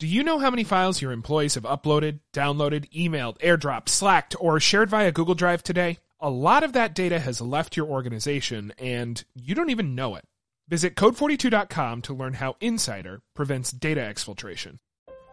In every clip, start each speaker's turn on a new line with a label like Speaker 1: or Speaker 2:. Speaker 1: Do you know how many files your employees have uploaded, downloaded, emailed, airdropped, slacked, or shared via Google Drive today? A lot of that data has left your organization and you don't even know it. Visit code42.com to learn how Insider prevents data exfiltration.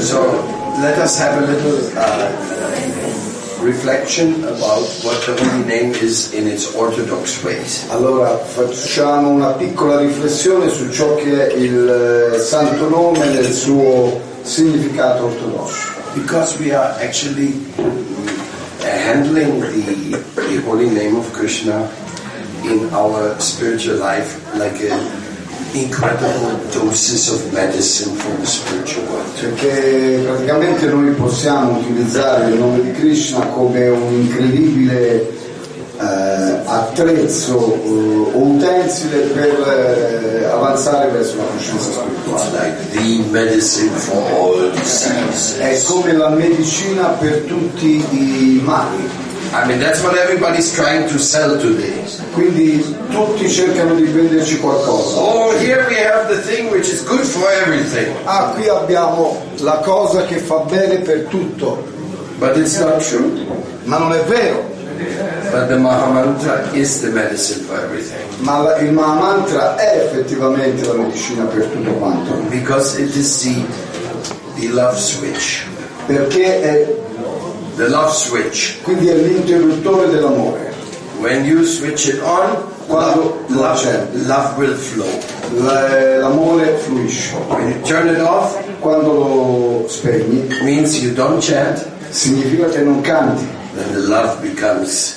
Speaker 2: So let us have a little uh, reflection about what the holy name is in its orthodox ways.
Speaker 3: Allora facciamo una piccola riflessione su ciò che è il eh, santo nome nel suo significato ortodosso,
Speaker 2: Because we are actually mm, handling the, the holy name of Krishna in our spiritual life like an incredible doses of medicine from the spiritual world.
Speaker 3: perché Cioè praticamente noi possiamo utilizzare il nome di Krishna come un incredibile eh, attrezzo eh, o utensile per eh, avanzare verso la coscienza
Speaker 2: It's
Speaker 3: spirituale.
Speaker 2: like the medicine for all diseases.
Speaker 3: È come la medicina per tutti i mali.
Speaker 2: I mean, that's what everybody's trying to sell today.
Speaker 3: Quindi tutti cercano di venderci qualcosa.
Speaker 2: Oh, here we have the thing which is good for everything.
Speaker 3: Ah, qui abbiamo la cosa che fa bene per tutto,
Speaker 2: But it's not true.
Speaker 3: ma non è vero.
Speaker 2: But the Mahamantra is the medicine for everything.
Speaker 3: Ma la- il Mahamantra è effettivamente la medicina per tutto quanto,
Speaker 2: Because it is the, the love switch.
Speaker 3: perché è,
Speaker 2: The love switch.
Speaker 3: quindi è l'interruttore dell'amore.
Speaker 2: When you switch it on,
Speaker 3: Quando-
Speaker 2: love, love, love will flow.
Speaker 3: L- l'amore fluisce.
Speaker 2: When you turn it off,
Speaker 3: Quando lo spegni
Speaker 2: means you don't chant,
Speaker 3: significa che non canti,
Speaker 2: then the love becomes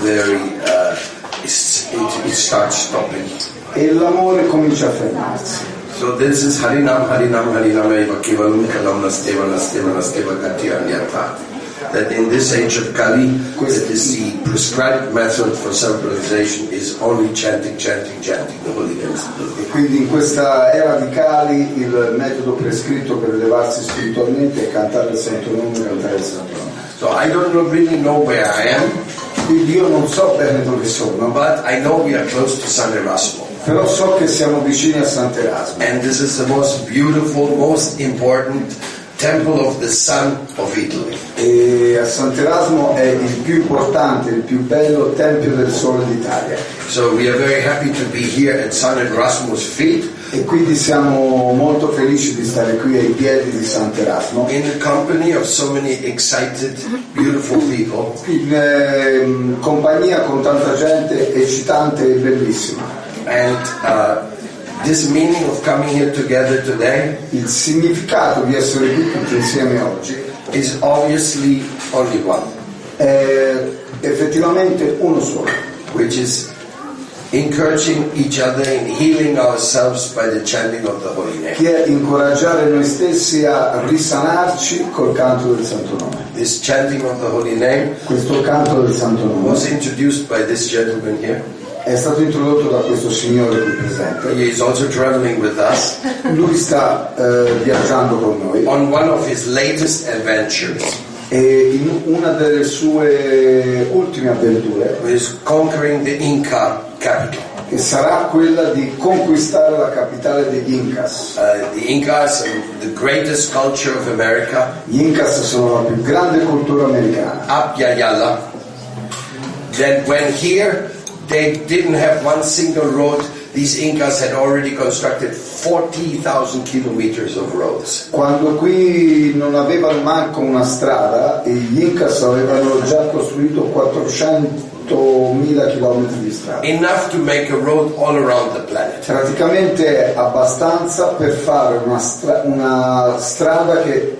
Speaker 2: very, uh, it's, it, it starts stopping.
Speaker 3: e l'amore comincia a fermarsi.
Speaker 2: So this is Harinam, Harinam, Harinam, Eva Kevalam, Kalam, Nasteva, Nasteva, Nasteva, Katya, Nyata. That in this age of Kali, that is the prescribed method for self-realization is only chanting, chanting, chanting the holy names.
Speaker 3: E quindi in questa era di Cali il metodo prescritto per elevarsi spiritualmente è cantare il santo nome, cantare il santo nome.
Speaker 2: So I don't know- really know where I am,
Speaker 3: Quindi io non so bene dove sono,
Speaker 2: but I know we are close to San Erasmo.
Speaker 3: però so che siamo vicini a Sant'Erasmo
Speaker 2: And this is the most beautiful, most important temple of the sun of Italy.
Speaker 3: e a Sant'Erasmo è il più importante, il più bello tempio del sole d'Italia
Speaker 2: So we are very happy to be here at San Erasmo's feet
Speaker 3: e quindi siamo molto felici di stare qui ai piedi di Sant'Erasmo
Speaker 2: in the company of so many excited, beautiful people.
Speaker 3: in ehm, compagnia con tanta gente eccitante e bellissima.
Speaker 2: And uh, this meaning of coming here together today
Speaker 3: Il significato di essere qui tutti insieme oggi
Speaker 2: is obviously only one,
Speaker 3: è effettivamente uno solo,
Speaker 2: which is encouraging each other and healing ourselves by the chanting of the Holy Name.
Speaker 3: che è incoraggiare noi stessi a risanarci col canto del Santo Nome.
Speaker 2: This chanting of the Holy Name
Speaker 3: Questo canto del Santo Nome
Speaker 2: was introduced by this gentleman here.
Speaker 3: è stato introdotto da questo signore qui presente.
Speaker 2: He is also traveling with us
Speaker 3: Lui sta eh, viaggiando con noi
Speaker 2: on one of his latest adventures.
Speaker 3: e in una delle sue ultime avventure,
Speaker 2: who is conquering the Inca capital.
Speaker 3: che sarà quella di conquistare la capitale degli Incas.
Speaker 2: Uh, the Incas are the greatest culture of America,
Speaker 3: Gli Incas sono la più grande cultura americana.
Speaker 2: Apyayala. That when here they didn't have one single road, these Incas had already constructed 40,000 kilometers of roads.
Speaker 3: Quando qui non avevano manco una strada e gli Incas avevano già costruito 400.000 km di strada.
Speaker 2: Enough to make a road all around the planet.
Speaker 3: Praticamente abbastanza per fare una, stra- una strada che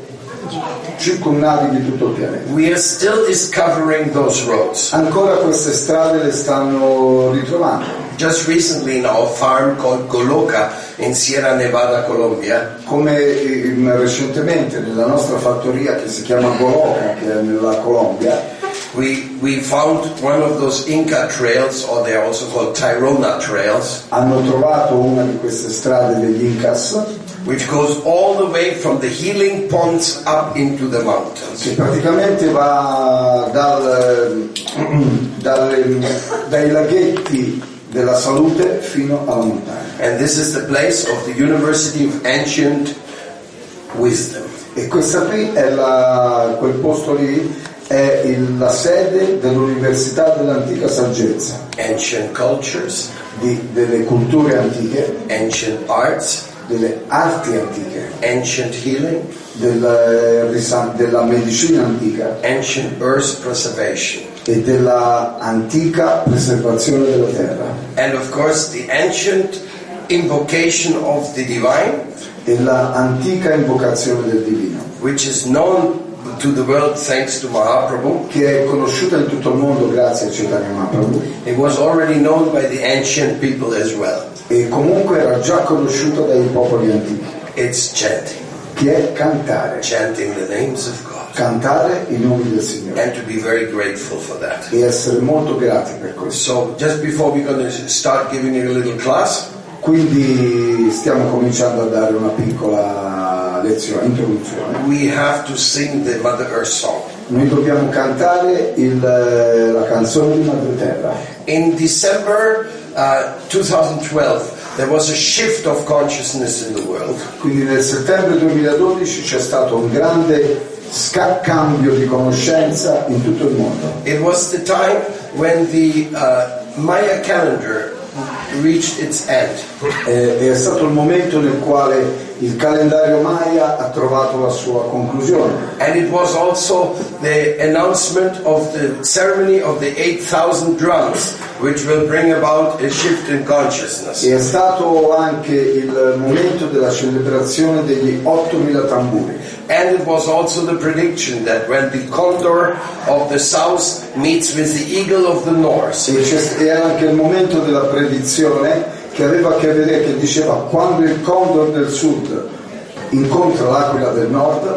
Speaker 3: circonnavi di tutto il pianeta.
Speaker 2: We are still discovering those roads.
Speaker 3: Ancora queste strade le stanno ritrovando.
Speaker 2: Just recently in our farm called Goloka in Sierra Nevada, Colombia,
Speaker 3: Come ehm, recentemente nella nostra fattoria che si chiama Goloca, che è nella Colombia,
Speaker 2: we, we found one of those Inca trails, or they are also called Tirona trails,
Speaker 3: hanno trovato una di queste strade degli Incas
Speaker 2: which goes all the way from the healing ponds up into the mountains.
Speaker 3: che praticamente va dal, ehm, dalle- dai laghetti della salute fino alla montagna.
Speaker 2: And this is the place of the University of Ancient Wisdom.
Speaker 3: E questa qui è la, quel posto lì è il- la sede dell'Università dell'Antica Saggezza,
Speaker 2: Ancient cultures,
Speaker 3: di- delle culture antiche,
Speaker 2: ancient arts,
Speaker 3: delle arti antiche.
Speaker 2: ancient healing,
Speaker 3: del- risa- della medicina antica
Speaker 2: ancient earth preservation.
Speaker 3: e della antica preservazione della terra
Speaker 2: And of course, the ancient invocation of the divine,
Speaker 3: e l'antica invocazione del divino
Speaker 2: which is known to the world thanks to Mahaprabhu.
Speaker 3: che è conosciuta in tutto il mondo grazie a Chaitanya Mahaprabhu
Speaker 2: It was already known by the ancient people as well.
Speaker 3: e comunque era già conosciuta dai popoli antichi
Speaker 2: It's chanting,
Speaker 3: che è cantare
Speaker 2: chanting the names of God,
Speaker 3: cantare i nomi del Signore
Speaker 2: and to be very grateful for that.
Speaker 3: e essere molto grati per questo
Speaker 2: So, just before we're going to start giving you a little class,
Speaker 3: quindi stiamo cominciando a dare una piccola lezione introduzione
Speaker 2: we have to sing the Mother Earth song.
Speaker 3: Noi dobbiamo cantare il- eh, la canzone di Madre Terra.
Speaker 2: In December uh, 2012, there was a shift of consciousness in the world.
Speaker 3: Quindi nel settembre 2012 c'è stato un grande sca- cambio di conoscenza in tutto il mondo.
Speaker 2: It was the time when the uh, Maya calendar reached its end.
Speaker 3: Eh, è stato il momento nel quale il calendario Maya ha trovato la sua conclusione
Speaker 2: And it was also the announcement of the ceremony of the 8,000 drums, which will bring about a shift in consciousness.
Speaker 3: e è stato anche il momento della celebrazione degli 8000 tamburi
Speaker 2: And it was also the prediction that when the condor of the south meets with the eagle of the north,
Speaker 3: E c'è- era anche il momento della predizione che aveva a che vedere, che diceva quando il condor del sud incontra l'aquila del nord,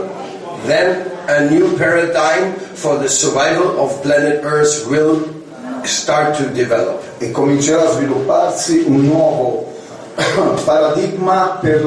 Speaker 2: then a new paradigm for the survival of planet Earth will start to develop.
Speaker 3: e comincerà a svilupparsi un nuovo paradigma per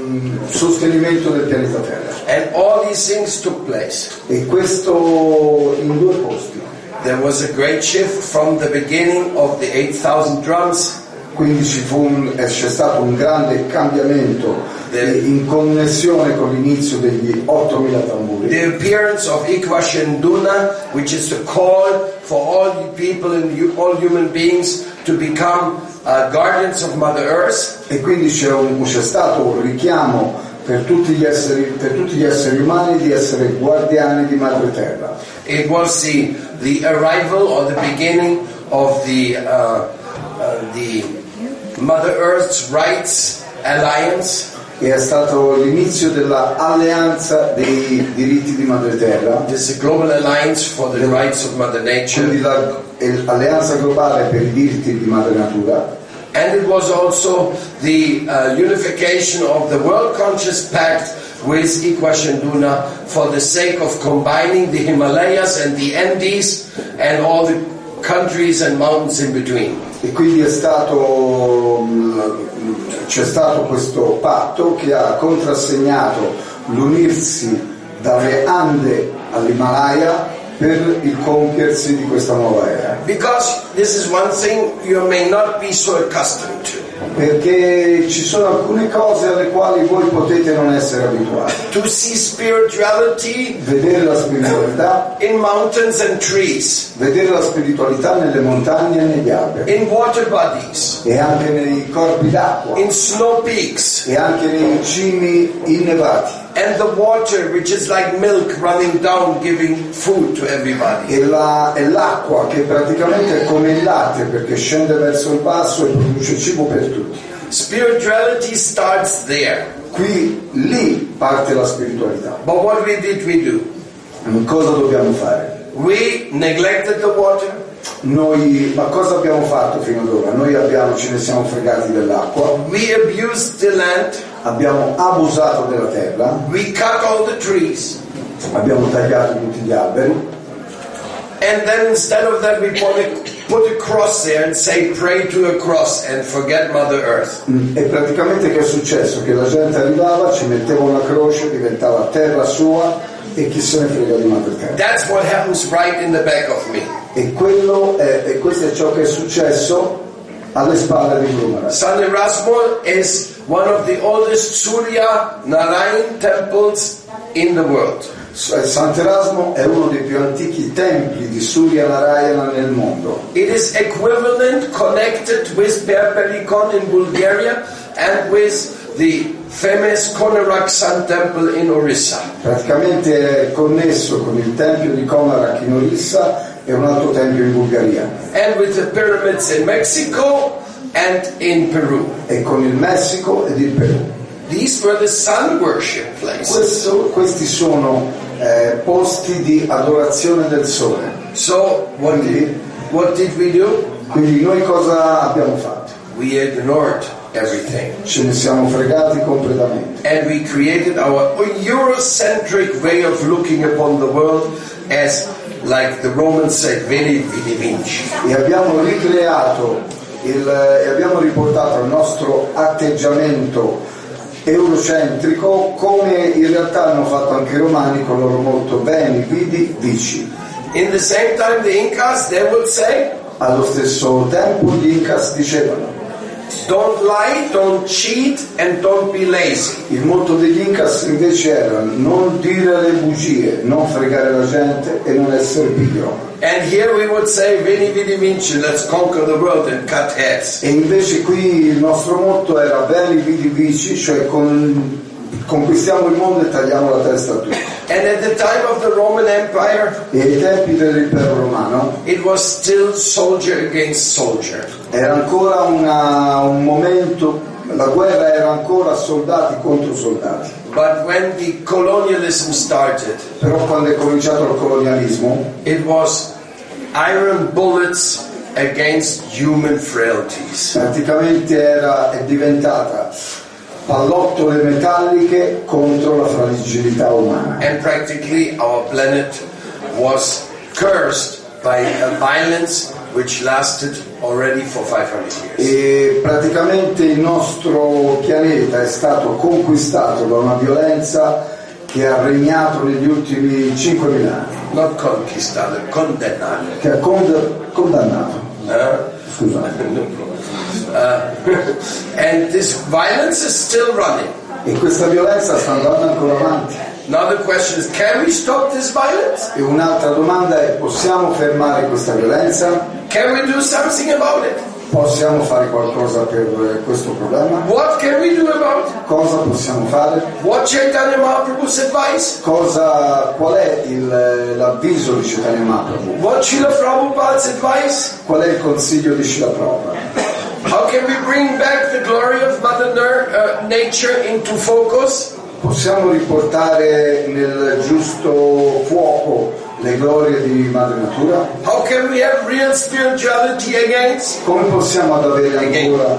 Speaker 3: il sostenimento del pianeta Terra.
Speaker 2: And all these things took place.
Speaker 3: E questo in due posti.
Speaker 2: There was a great shift from the beginning of the 8,000 drums
Speaker 3: Quindi ci fu un- eh, c'è stato un grande cambiamento eh, in connessione con l'inizio degli 8000 tamburi.
Speaker 2: The appearance of Ikwa Shenduna, which is the call for all you people and you, all human beings to become uh, guardians of Mother Earth.
Speaker 3: E quindi c'è, un- c'è stato un richiamo per tutti, gli esseri, per tutti gli esseri umani di essere guardiani di Madre Terra.
Speaker 2: It was the, the arrival or the beginning of the, uh, uh, the Mother Earth's Rights Alliance.
Speaker 3: E è stato l'inizio dell'alleanza dei diritti di Madre Terra,
Speaker 2: This is a global alliance for the rights of Mother Nature.
Speaker 3: quindi la- e l'alleanza globale per i diritti di Madre Natura.
Speaker 2: And it was also the uh, unification of the World Conscious Pact with Ikwa Shenduna for the sake of combining the Himalayas and the Andes and all the countries and mountains in between.
Speaker 3: E quindi è stato, mh, c'è stato questo patto che ha contrassegnato l'unirsi dalle Ande all'Himalaya per il compiersi di questa nuova era.
Speaker 2: Because this is one thing you may not be so accustomed to.
Speaker 3: perché ci sono alcune cose alle quali voi potete non essere abituati.
Speaker 2: to see spirituality
Speaker 3: Vedere la spiritualità,
Speaker 2: in mountains and trees,
Speaker 3: vedere la spiritualità nelle montagne e negli alberi,
Speaker 2: in water bodies,
Speaker 3: e anche nei corpi d'acqua,
Speaker 2: in snow peaks,
Speaker 3: e anche nei cimi innevati.
Speaker 2: and the water which is like milk running down giving food to everybody.
Speaker 3: E, la- e l'acqua che praticamente è come il latte perché scende verso il basso e produce cibo per tutti.
Speaker 2: Spirituality starts there.
Speaker 3: Qui, lì parte la spiritualità.
Speaker 2: But what we did we do?
Speaker 3: Cosa dobbiamo fare?
Speaker 2: We neglected the water.
Speaker 3: Noi, ma cosa abbiamo fatto fino ad ora? Noi abbiamo, ce ne siamo fregati dell'acqua,
Speaker 2: We abused the land.
Speaker 3: abbiamo abusato della terra,
Speaker 2: We cut all the trees.
Speaker 3: abbiamo tagliato tutti gli alberi
Speaker 2: And then instead of that, we put a, put a cross there and say, pray to a cross and forget Mother Earth.
Speaker 3: mm, e praticamente che è successo? Che la gente arrivava, ci metteva una croce, diventava terra sua e chi se ne frega di madre terra.
Speaker 2: That's what happens right in the back of me.
Speaker 3: E, quello è- e questo è ciò che è successo alle spalle di Guru Maharaj.
Speaker 2: San Erasmus is one of the oldest Surya Narayan temples in the world.
Speaker 3: S- Sant'Erasmo è uno dei più antichi templi di Surya Narayana nel mondo.
Speaker 2: It is equivalent connected with Perpelikon in Bulgaria and with the famous Konarak Sun temple in Orissa.
Speaker 3: Praticamente è connesso con il tempio di Konarak in Orissa e un altro tempio in Bulgaria
Speaker 2: and with the pyramids in Mexico and in Peru.
Speaker 3: e con il Messico ed il Perù.
Speaker 2: These were the sun worship places.
Speaker 3: Questo- questi sono eh, posti di adorazione del sole.
Speaker 2: So what did, what did we do?
Speaker 3: Quindi noi cosa abbiamo fatto?
Speaker 2: We ignored everything.
Speaker 3: Ce ne siamo fregati completamente.
Speaker 2: And we created our Eurocentric way of looking upon the world as like the Romans said, veni vidi vinci.
Speaker 3: e abbiamo ricreato il- e abbiamo riportato il nostro atteggiamento eurocentrico come in realtà hanno fatto anche i romani con il loro motto beni, vidi, vici.
Speaker 2: In the same time the Incas they would say,
Speaker 3: Allo stesso tempo gli Incas dicevano,
Speaker 2: Don't lie, don't cheat, and don't be lazy.
Speaker 3: il motto degli Incas invece era non dire le bugie, non fregare la gente e non essere pigro.
Speaker 2: And here we would say veni vidi vinci, let's conquer the world and cut heads.
Speaker 3: E invece qui il nostro motto era beni, vidi, vici, cioè con- conquistiamo il mondo e tagliamo la testa a tutti.
Speaker 2: And at the time of the Roman Empire,
Speaker 3: E ai tempi dell'impero romano
Speaker 2: it was still soldier against soldier.
Speaker 3: era ancora una- un momento, la guerra era ancora soldati contro soldati,
Speaker 2: But when the colonialism started,
Speaker 3: però quando è cominciato il colonialismo
Speaker 2: it was iron bullets against human frailties.
Speaker 3: praticamente era- è diventata pallottole metalliche contro la fragilità umana
Speaker 2: And practically our planet was cursed by a violence which lasted already for 500 years.
Speaker 3: e praticamente il nostro pianeta è stato conquistato da una violenza che ha regnato negli ultimi 5.000 anni,
Speaker 2: Not conquistado, condenado.
Speaker 3: che ha cond- condannato.
Speaker 2: huh?
Speaker 3: Scusate.
Speaker 2: No problem. Uh, and this violence is still running.
Speaker 3: E questa violenza sta andando ancora avanti.
Speaker 2: Now the question is, can we stop this violence?
Speaker 3: E un'altra domanda è possiamo fermare questa violenza?
Speaker 2: Can we do something about it?
Speaker 3: Possiamo fare qualcosa per eh, questo problema?
Speaker 2: What can we do about it?
Speaker 3: Cosa possiamo fare?
Speaker 2: What Chaitanya Mahaprabhu's advice?
Speaker 3: Cosa, qual è il, eh, l'avviso di Chaitanya Mahaprabhu?
Speaker 2: What Srila Prabhupada's advice?
Speaker 3: Qual è il consiglio di Shila Prabhupada?
Speaker 2: How can we bring back the glory of Mother Ner- uh, Nature into focus?
Speaker 3: Possiamo riportare nel giusto fuoco le glorie di Madre Natura?
Speaker 2: How can we have real spirituality against?
Speaker 3: Come possiamo ad avere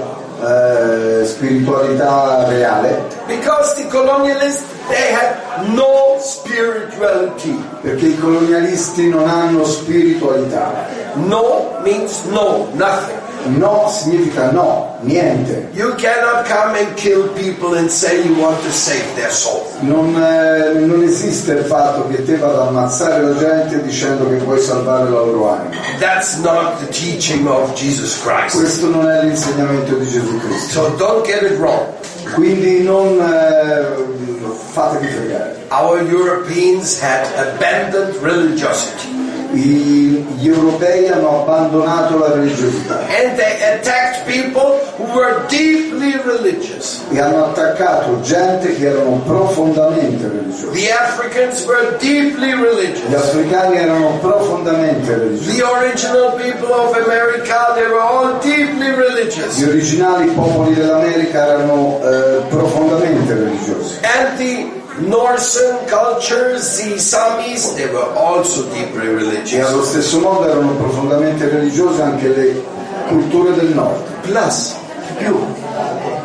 Speaker 3: ancora eh, spiritualità reale?
Speaker 2: Because the colonialists, they had no spirituality.
Speaker 3: Perché i colonialisti non hanno spiritualità.
Speaker 2: No means no, nothing.
Speaker 3: No significa no, niente.
Speaker 2: You cannot come and kill people and say you want to save their soul.
Speaker 3: Non, eh, non esiste il fatto che te vada ad ammazzare la gente dicendo che vuoi salvare la loro anima.
Speaker 2: That's not the teaching of Jesus Christ.
Speaker 3: Questo non è l'insegnamento di Gesù Cristo.
Speaker 2: So don't get it wrong.
Speaker 3: Quindi non eh, fatevi fregare.
Speaker 2: Our Europeans had abandoned religiosity
Speaker 3: I- gli europei hanno abbandonato la religiosità
Speaker 2: and they attacked people who were deeply religious.
Speaker 3: e hanno attaccato gente che erano profondamente religiosa.
Speaker 2: The Africans were deeply
Speaker 3: Gli
Speaker 2: religious.
Speaker 3: africani erano profondamente religiosi.
Speaker 2: The original people of America, they were all deeply religious.
Speaker 3: Gli originali popoli dell'America erano eh, profondamente religiosi.
Speaker 2: And the Northern cultures, the Samis, they were also deeply
Speaker 3: E
Speaker 2: religious.
Speaker 3: allo stesso modo erano profondamente religiose anche le culture del nord.
Speaker 2: Plus, you,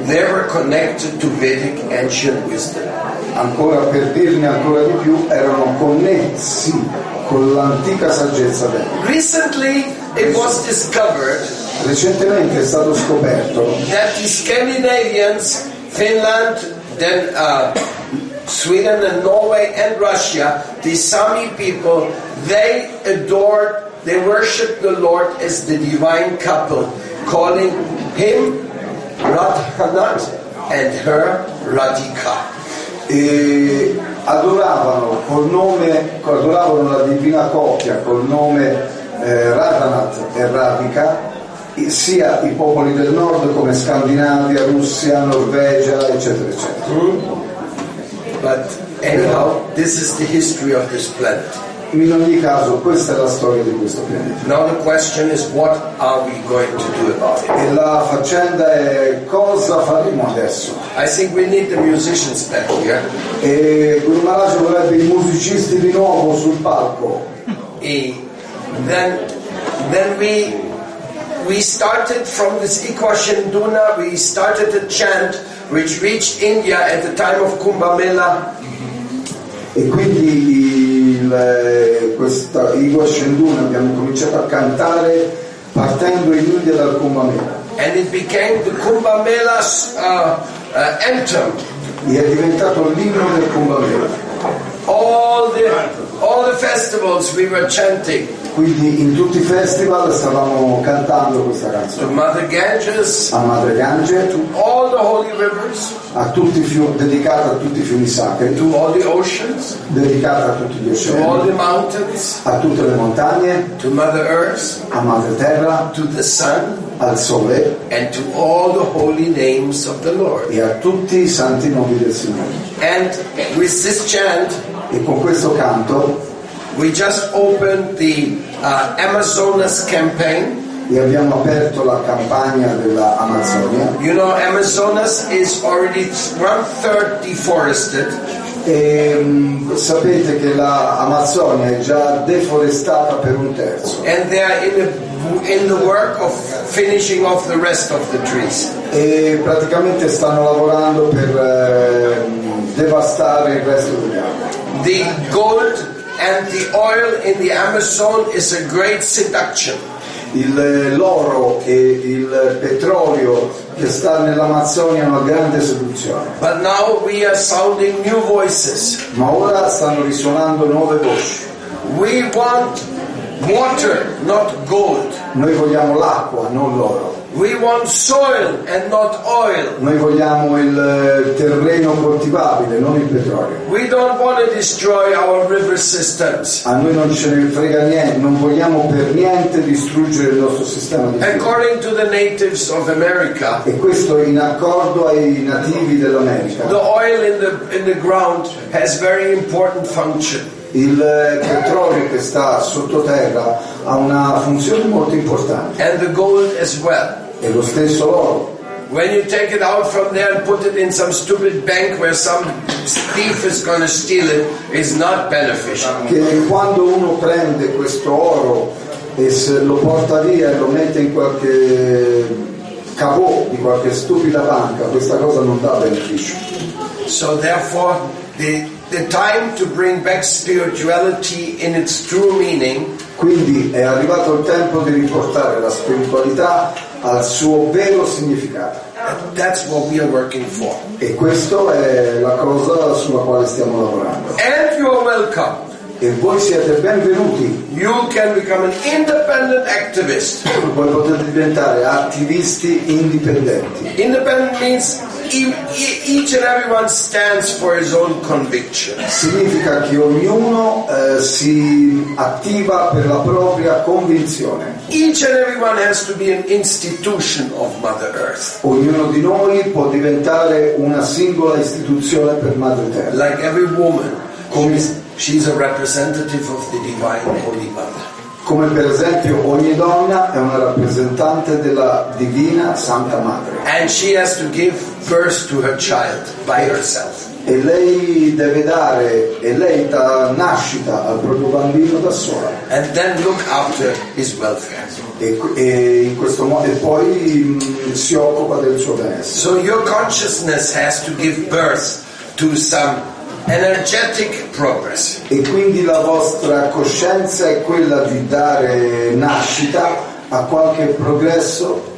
Speaker 2: they were connected to Vedic ancient wisdom.
Speaker 3: Ancora per dirne ancora di più, erano connessi con l'antica saggezza venica.
Speaker 2: Recently, it was discovered
Speaker 3: Recentemente è stato scoperto
Speaker 2: that the Scandinavians, Finland, then uh, Sweden and Norway and Russia, the Sami people, they adored, they worshiped the Lord as the divine couple, calling him Radhanat and her Radhika.
Speaker 3: e adoravano col nome, adoravano la divina coppia col nome eh, Radhanat e Radhika i- sia i popoli del nord come Scandinavia, Russia, Norvegia, eccetera, eccetera.
Speaker 2: But anyhow, this is the history of this planet.
Speaker 3: In ogni caso questa è la storia di questo pianeta.
Speaker 2: Now the question is, what are we going to do about it?
Speaker 3: E la faccenda è cosa faremo adesso?
Speaker 2: I think we need the musicians back here.
Speaker 3: E Guru Maharaj vorrebbe i musicisti di nuovo sul palco.
Speaker 2: Eh, then then we we started from this Ikwashenduna, we started a chant which reached India at the time of Kumbh Mela.
Speaker 3: E quindi il, eh, questa, i Washenduna abbiamo cominciato a cantare partendo in India dal Kumbamela
Speaker 2: And it became the Kumbh Mela's uh, uh, anthem.
Speaker 3: e è diventato l'inno del Kumbamela.
Speaker 2: All the all the festivals we were chanting.
Speaker 3: Quindi in tutti i festival stavamo cantando questa
Speaker 2: To
Speaker 3: canzone.
Speaker 2: Mother Ganges,
Speaker 3: A Madre Gange, tu-
Speaker 2: all the holy rivers,
Speaker 3: a tutti i fiumi, dedicata a tutti i fiumi sacri, tu-
Speaker 2: to all the oceans,
Speaker 3: dedicata a tutti gli
Speaker 2: to all
Speaker 3: oceani,
Speaker 2: the mountains,
Speaker 3: a tutte le montagne,
Speaker 2: to Mother Earth,
Speaker 3: a Madre Terra,
Speaker 2: to the sun,
Speaker 3: al Sole
Speaker 2: and to all the holy names of the Lord.
Speaker 3: e a tutti i santi nomi del Signore.
Speaker 2: And with this chant,
Speaker 3: E con questo canto
Speaker 2: we just opened the uh, Amazonas campaign.
Speaker 3: e abbiamo aperto la campagna della Amazzonia
Speaker 2: You know, Amazonas is already one third deforested,
Speaker 3: e mh, sapete che la Amazzonia è già deforestata per un terzo
Speaker 2: and they are in the, in the work of finishing off the rest of the trees.
Speaker 3: e praticamente stanno lavorando per eh, mh, devastare il resto degli alberi.
Speaker 2: The gold and the oil in the Amazon is a great seduction.
Speaker 3: Il- eh, L'oro e il petrolio che sta nell'Amazzonia è una grande seduzione,
Speaker 2: But now we are sounding new voices.
Speaker 3: ma ora stanno risuonando nuove voci.
Speaker 2: We want water, not gold.
Speaker 3: Noi vogliamo l'acqua, non l'oro.
Speaker 2: We want soil and not oil.
Speaker 3: Noi vogliamo il eh, terreno coltivabile, non il petrolio.
Speaker 2: We don't want to destroy our river systems.
Speaker 3: A noi non ce ne frega niente, non vogliamo per niente distruggere il nostro sistema di vita.
Speaker 2: According to the natives of America,
Speaker 3: E questo in accordo ai nativi
Speaker 2: the
Speaker 3: dell'America.
Speaker 2: oil in the in the ground has very important function.
Speaker 3: Il eh, petrolio che sta sottoterra ha una funzione molto importante,
Speaker 2: And the gold as well.
Speaker 3: è lo stesso l'oro.
Speaker 2: When you take it out from there and put it in some stupid bank where some thief is gonna steal it, is not beneficial.
Speaker 3: Che quando uno prende questo oro e se lo porta via e lo mette in qualche cavò di qualche stupida banca, questa cosa non dà beneficio.
Speaker 2: So therefore the the time to bring back spirituality in its true meaning
Speaker 3: Quindi è arrivato il tempo di riportare la spiritualità al suo vero significato.
Speaker 2: And that's what we are working for.
Speaker 3: E questa è la cosa sulla quale stiamo lavorando.
Speaker 2: And you are welcome.
Speaker 3: E voi siete benvenuti,
Speaker 2: You can become an independent activist.
Speaker 3: voi potete diventare attivisti indipendenti.
Speaker 2: Independent means e- e- each and everyone stands for his own convictions.
Speaker 3: Significa che ognuno eh, si attiva per la propria convinzione.
Speaker 2: Each and everyone has to be an institution of Mother Earth.
Speaker 3: Ognuno di noi può diventare una singola istituzione per Madre Terra.
Speaker 2: Like every woman, she's, she's a representative of the Divine Holy Mother.
Speaker 3: Come per esempio ogni donna è una rappresentante della Divina Santa Madre
Speaker 2: And she has to give birth to her child by herself.
Speaker 3: e lei deve dare e lei dà nascita al proprio bambino da sola
Speaker 2: And then look after his welfare.
Speaker 3: e, e in questo modo e poi mm, si occupa del suo benessere.
Speaker 2: So your consciousness has to give birth to some energetic progress.
Speaker 3: E quindi la vostra coscienza è quella di dare nascita a qualche progresso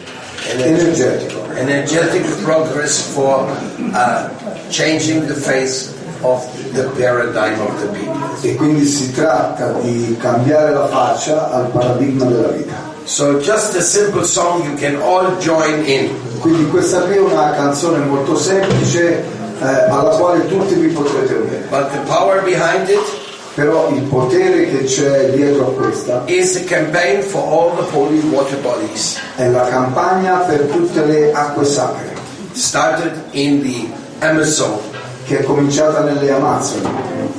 Speaker 3: energetico,
Speaker 2: Energetic progress for uh, changing the face of the paradigm of the people.
Speaker 3: e quindi si tratta di cambiare la faccia al paradigma della vita.
Speaker 2: So just a simple song you can all join in.
Speaker 3: Quindi questa qui è una canzone molto semplice eh, alla quale tutti vi potrete unire,
Speaker 2: But the power behind it
Speaker 3: però il potere che c'è dietro a questa
Speaker 2: is a campaign for all the holy water bodies.
Speaker 3: è la campagna per tutte le acque sacre
Speaker 2: Started in the Amazon.
Speaker 3: che è cominciata nelle Amazzoni.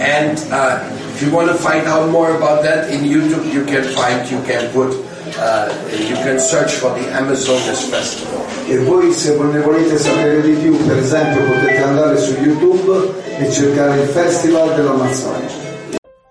Speaker 2: And uh, if you want to find out more about that in YouTube, you can find, you can put, uh, you can search for the Amazonas Festival.
Speaker 3: E voi se ne volete sapere di più, per esempio potete andare su YouTube e cercare il Festival dell'Amazzonia.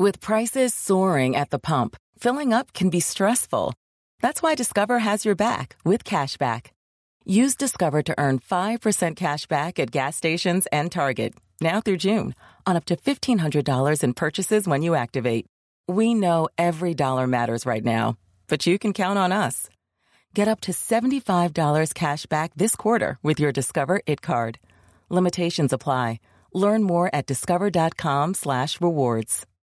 Speaker 4: With prices soaring at the pump, filling up can be stressful. That's why Discover has your back with cashback. Use Discover to earn 5% cash back at gas stations and Target now through June on up to $1,500 in purchases when you activate. We know every dollar matters right now, but you can count on us. Get up to $75 cash back this quarter with your Discover It card. Limitations apply. Learn more at discover.com slash rewards.